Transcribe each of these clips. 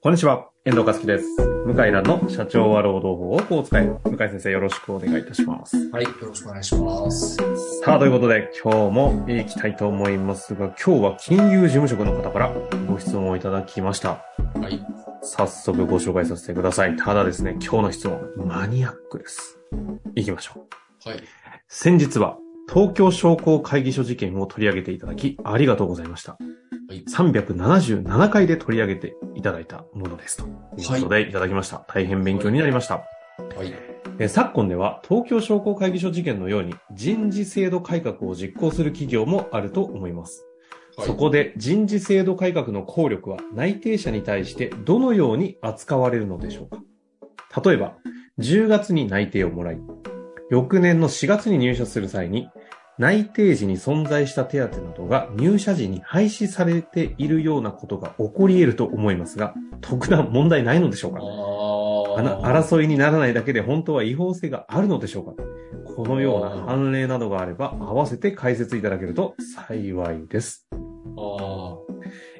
こんにちは、遠藤和樹です。向井蘭の社長は労働法をこう使え。向井先生よろしくお願いいたします。はい、よろしくお願いします。さあ、ということで今日も行きたいと思いますが、今日は金融事務職の方からご質問をいただきました。はい。早速ご紹介させてください。ただですね、今日の質問、マニアックです。行きましょう。はい。先日は東京商工会議所事件を取り上げていただき、ありがとうございました。はい377回で取り上げていただいたものです。ということで、いただきました。大変勉強になりました。はい。えー昨今では、東京商工会議所事件のように、人事制度改革を実行する企業もあると思います。はいそ。こで人事制度改革の効力は内定者に対してどのように扱われるのでしょうか例えば、10月に内定をもらい、翌年の4月に入社する際に、内定時に存在した手当などが入社時に廃止されているようなことが起こり得ると思いますが、特段問題ないのでしょうかああな争いにならないだけで本当は違法性があるのでしょうかこのような判例などがあれば、合わせて解説いただけると幸いです。ああ。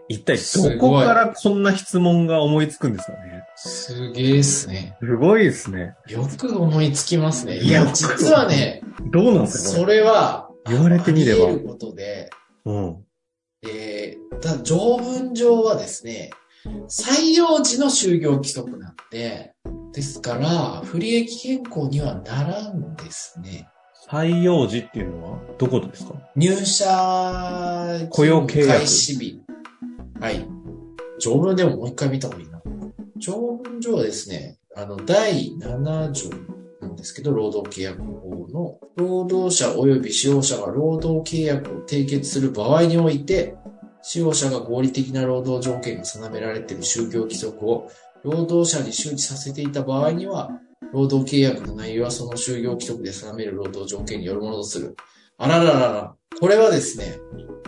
一体どこからこんな質問が思いつくんですかねすげえっすね。すごいですね。よく思いつきますね。いいやや、実はね、どうなんですかそれは、言われてみればあり得ることで、これ。うん。えー、ただ条文上はですね、採用時の就業規則なんで、ですから、不利益変更にはならんですね。採用時っていうのはどこですか入社雇用契約開始日。はい。条文でももう一回見た方がいいな。条文上はですね、あの、第7条なんですけど、労働契約法の、労働者及び使用者が労働契約を締結する場合において、使用者が合理的な労働条件が定められている就業規則を労働者に周知させていた場合には、労働契約の内容はその就業規則で定める労働条件によるものとする。あらららら。これはですね。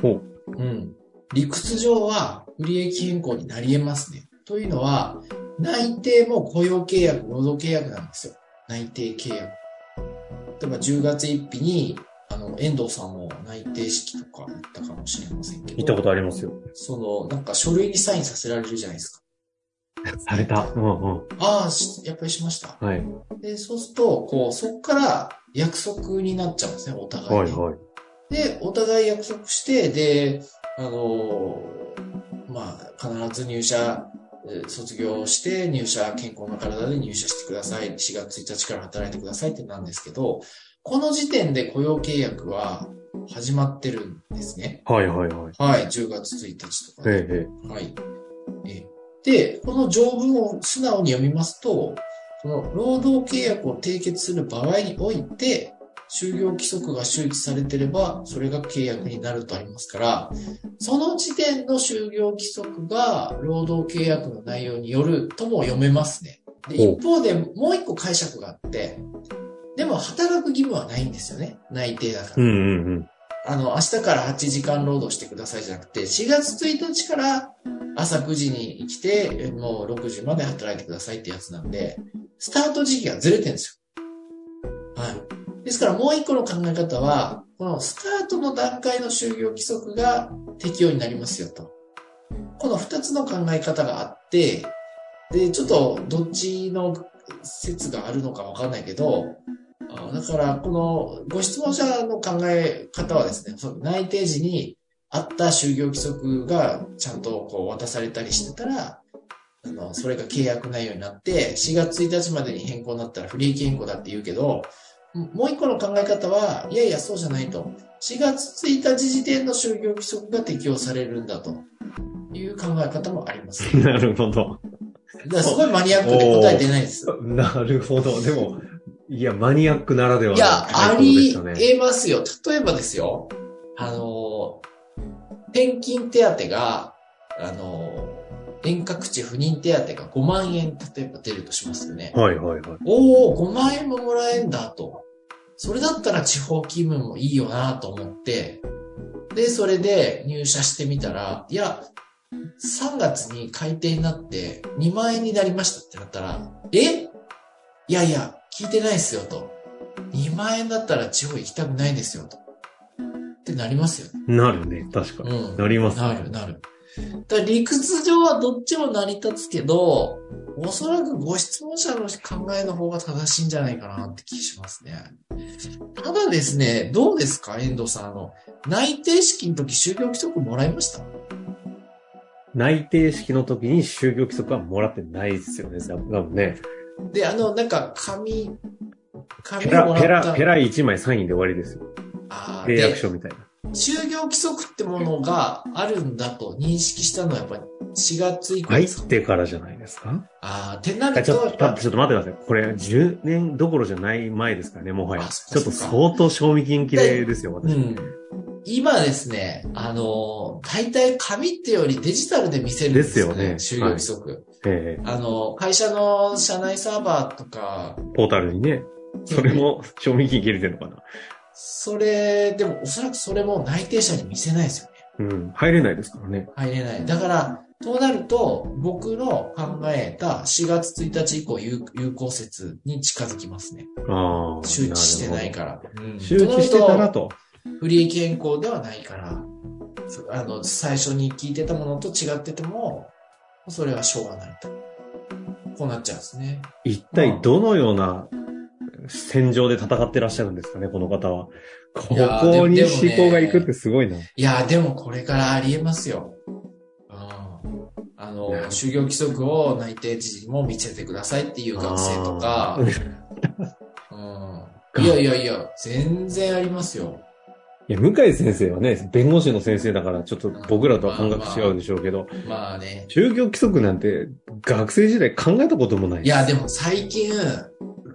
ほううん。理屈上は不利益変更になり得ますね。というのは、内定も雇用契約、労働契約なんですよ。内定契約。例えば10月1日に、あの、遠藤さんも内定式とか行ったかもしれませんけど。行ったことありますよ。その、なんか書類にサインさせられるじゃないですされた。うんうん。か。ああ、しやっぱりしました。はい。で、そうすると、こう、そこから約束になっちゃうんですね、お互いに。はいはい。で、お互い約束して、で、あのーまあ、必ず入社、えー卒業して、入社、健康な体で入社してください。4月1日から働いてくださいってなんですけど、この時点で雇用契約は始まってるんですね。はいはいはい。はい、10月1日とかで。えええはい。えで、この条文を素直に読みますと、その労働契約を締結する場合において、就業規則が周知されてれば、それが契約になるとありますから、その時点の就業規則が労働契約の内容によるとも読めますね。でほう一方でもう一個解釈があって、でも働く義務はないんですよね。内定だから。えうんうんうん。あの、明日から8時間労働してくださいじゃなくて、4月1日から朝9時に来て、えもう6時まで働いてくださいってやつなんで、スタート時期がずれてるんですよ。はい。ですからもう一個の考え方は、このスタートの段階の就業規則が適用になりますよと。この二つの考え方があって、で、ちょっとどっちの説があるのかわかんないけど、あだから、このご質問者の考え方はですね、その内定時にあった就業規則がちゃんとこう渡されたりしてたら、あの、それが契約内容になって、4月1日までに変更になったら不利益変更だって言うけど、ももう一個の考え方は、いやいや、そうじゃないと。4月1日時点の就業規則が適用されるんだという考え方もあります。 なるほど。だからすごいマニアックで答えてないです。なるほど。でも、いや、マニアックならではいのや、あ回答でりしたね得ますよ。例えばですよ、あの、転勤手当が、あの、遠隔地不妊手当が5万円、例えば出るとしますよね。はいはいはい。おお、5万円ももらえんだと。それだったら地方勤務もいいよなと思って、で、それで入社してみたら、いや、3月に改定になって2万円になりましたってなったら、えいやいや、聞いてないですよと。2万円だったら地方行きたくないですよと。ってなりますよね。なるね。確かに。うん。なりますね。なる、なる。だから理屈上はどっちも成り立つけど、おそらくご質問者の考えの方が正しいんじゃないかなって気しますね。ただですね、どうですか遠藤さん。あの、内定式の時就業規則もらいました内定式の時に就業規則はもらってないですよね、多分ね。で、あの、なんか、紙、紙ペラ、もらった。ペラ、ペラ1枚サインで終わりですよ。あー契約で、書みたいな。就業規則ってものがあるんだと認識したのはやっぱり4月以降入でっすか、てからじゃないですかああ、ってなあるちと、ょっと、やたっちょっと待ってください。これ、10年どころじゃない前ですからね、もはや。あちそょっっかとそっか相当賞味期限切れですよ、ぱう私。ん。今ですね、あのー、大体紙ってよりデジタルで見せるんですよね。です就よ業ね規則。ええあのー、会社の社内サーバーとか、ポータルにね。それも賞味期限切れてるのかな。それ、でもおそらくそれも内定者に見せないですよね。うん。入れないですからね。入れない。だから、となると、僕の考えた4月1日以降有有効説に近づきますね。ああ。周知してないら。から。うん周知してたら。とと。なると不利益変更ではないから、そあの、最初に聞いてたものと違ってても、それはしょうがないと。こうなっちゃうんですね。一体どのような戦場で戦ってらっしゃるんですかね、この方は。こいやーこにでもでもね思考が行くってすごいな。いやー、でもこれからありえますよ。うん。あの、ね就業規則を内定時にも見せてくださいっていう学生とか、あーうん。いやいやいや、全然ありますよ。いや、向井先生はね、弁護士の先生だから、ちょっと僕らとは感覚違うでしょうけど、まあね。就業規則なんて学生時代考えたこともない。いや、でも最近、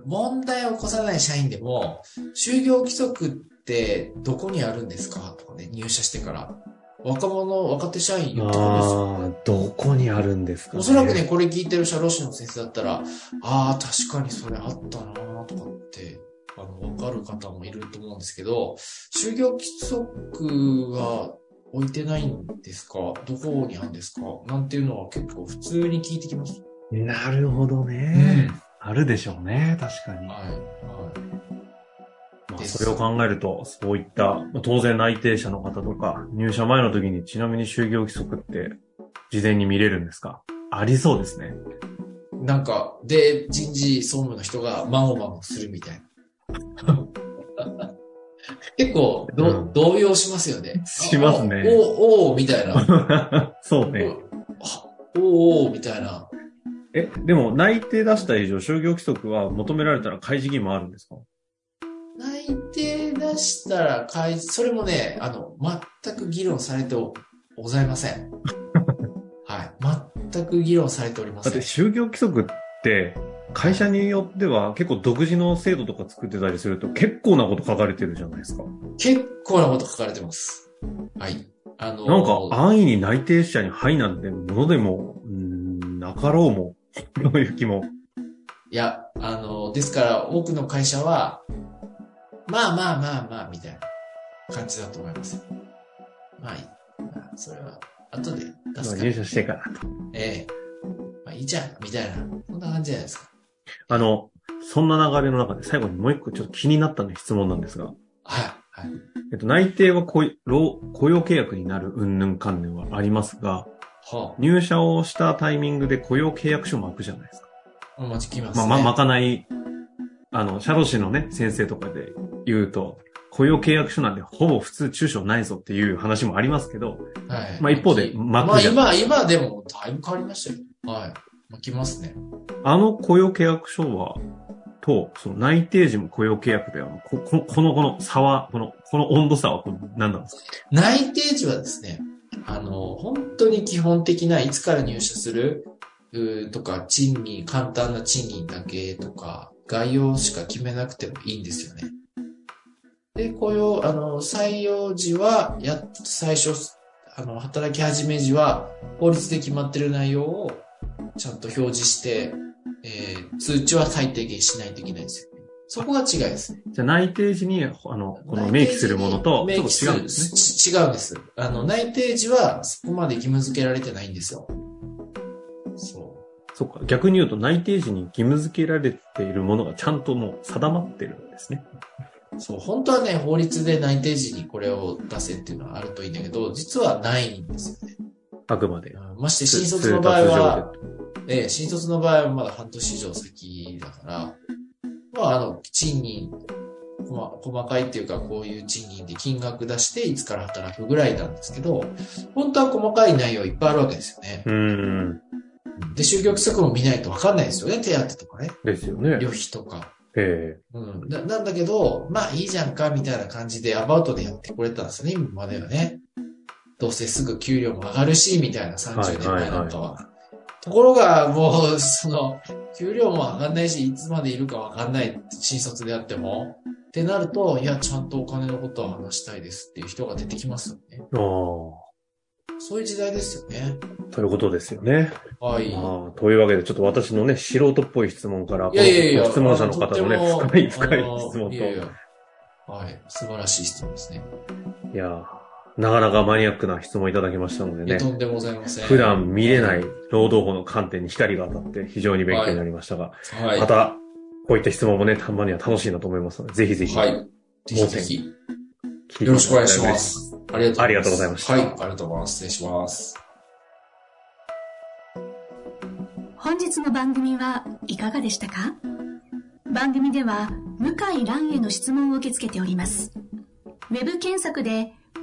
問題を起こさない社員でも、就業規則ってどこにあるんですかとかね、入社してから。若者、若手社員言ってくるんですよ。ああ、どこにあるんですか、おそらくね、。これ聞いてる社労士の先生だったら、ああ、確かにそれあったなーとかって、あの、わかる方もいると思うんですけど、就業規則は置いてないんですかどこにあるんですかなんていうのは結構普通に聞いてきます。なるほどうんね。あるでしょうね、確かに。はい。はい。まあ、ですそれを考えると、そういった、まあ当然内定者の方とか、入社前の時にちなみに就業規則って事前に見れるんですかありそうですね。なんか、で、人事総務の人がマンマンするみたいな。 結構ど、うん動揺しますよね。しますねあおおおみたいな。 そうね。あおーおーみたいな。え、でも内定出した以上、就業規則は求められたら開示義務あるんですか内定出したら開示、それもね、あの、全く議論されておございませ ん。はい。全く議論されておりませだってん。就業規則って、会社によっては結構独自の制度とか作ってたりすると結構なこと書かれてるじゃないですか。結構なこと書かれてます。はい。あのーなんか安易に内定者にはいなんてものでも、うーん、なかろうも、 どういう気も。いや、あのーですから多くの会社は、まあまあまあまあ、みたいな感じだと思いますよ。まあいい。まあ、それは、後で出すから入。社してから。ええ。まあいいじゃん、みたいな。そんな感じじゃないですか。あの、そんな流れの中で最後にもう一個ちょっと気になったね質問なんですが、はい。はい。えっと、内定は雇い労雇用契約になる云々関連はありますが、は入社をしたタイミングで雇用契約書も開くじゃないですか。あ、お待ちきます、まあ、ね。ま、まかない、あの、社労士のね、先生とかで言うと、雇用契約書なんでほぼ普通中小ないぞっていう話もありますけど、はい、まあ一方でま巻あくじゃん今、今でもだいぶ変わりましたよ。はい。巻きますね。あの雇用契約書は、と、その内定時も雇用契約では、ここの、この、この差は、この、この温度差はこの何なんですか内定時はですね、あの、本当に基本的ないつから入社するうーとか、賃金、簡単な賃金だけとか、概要しか決めなくてもいいんですよね。で、雇用、あの、採用時は、やっ、最初、あの、働き始め時は、法律で決まってる内容をちゃんと表示して、えー通知は最低限しないといけないんですよね。そこが違いですねじゃあ内定時に、あの、この明記するものと、ちょ明っ記とす違るうんですね。ち違うんです。あの、内定時はそこまで義務付けられてないんですよ。そそっか。逆に言うと内定時に義務付けられているものがちゃんともう定まってるんですね。う。そう、本当はね、法律で内定時にこれを出せっていうのはあるといいんだけど、実はないんですよね。あくまで。まして新卒の場合は、ええ、新卒の場合はまだ半年以上先だから、まあ、あの、賃金、まあ、細かいっていうか、こういう賃金で金額出して、いつから働くぐらいなんですけど、本当は細かい内容いっぱいあるわけですよね。通うん。で、就業規則も見ないと分かんないですよね。手当とかね。ですよね。旅費とか。えうん。ななんだけど、まあいいじゃんか、みたいな感じでアバウトでやってこれたんですよね、今まではね。どうせすぐ給料も上がるし、みたいな30年前なんかは。ところが、もう、その、給料も上がんないし、いつまでいるかわかんない、新卒であっても。ってなると、いや、ちゃんとお金のことを話したいですっていう人が出てきますよえね。ああ、とそういう時代ですよね。いうことですよね。はい。まあ、というわけで、ちょっと私のね、素人っぽい質問から、いやいやいや、質問者の方のね、あと深っていも深いあの質問と。いやいやはい。素晴らしい質問ですね。いやーなかなかマニアックな質問いただきましたのいでねやと、んでもございません。普段見れない労働法の観点に光が当たって非常に勉強になりましたが、はい。また、こういった質問もね、たまには楽しいなと思いますので、ぜひぜひ、は聞い。いぜひぜひ。てよろしくお願いただしけたらま嬉いす。ありがとうごありがとうござざいます。いましたはい。ありがとうございます。失礼します。本日の番組はいかがでしたか番組では向井蘭への質問を受け付けておりますウェブ検索で「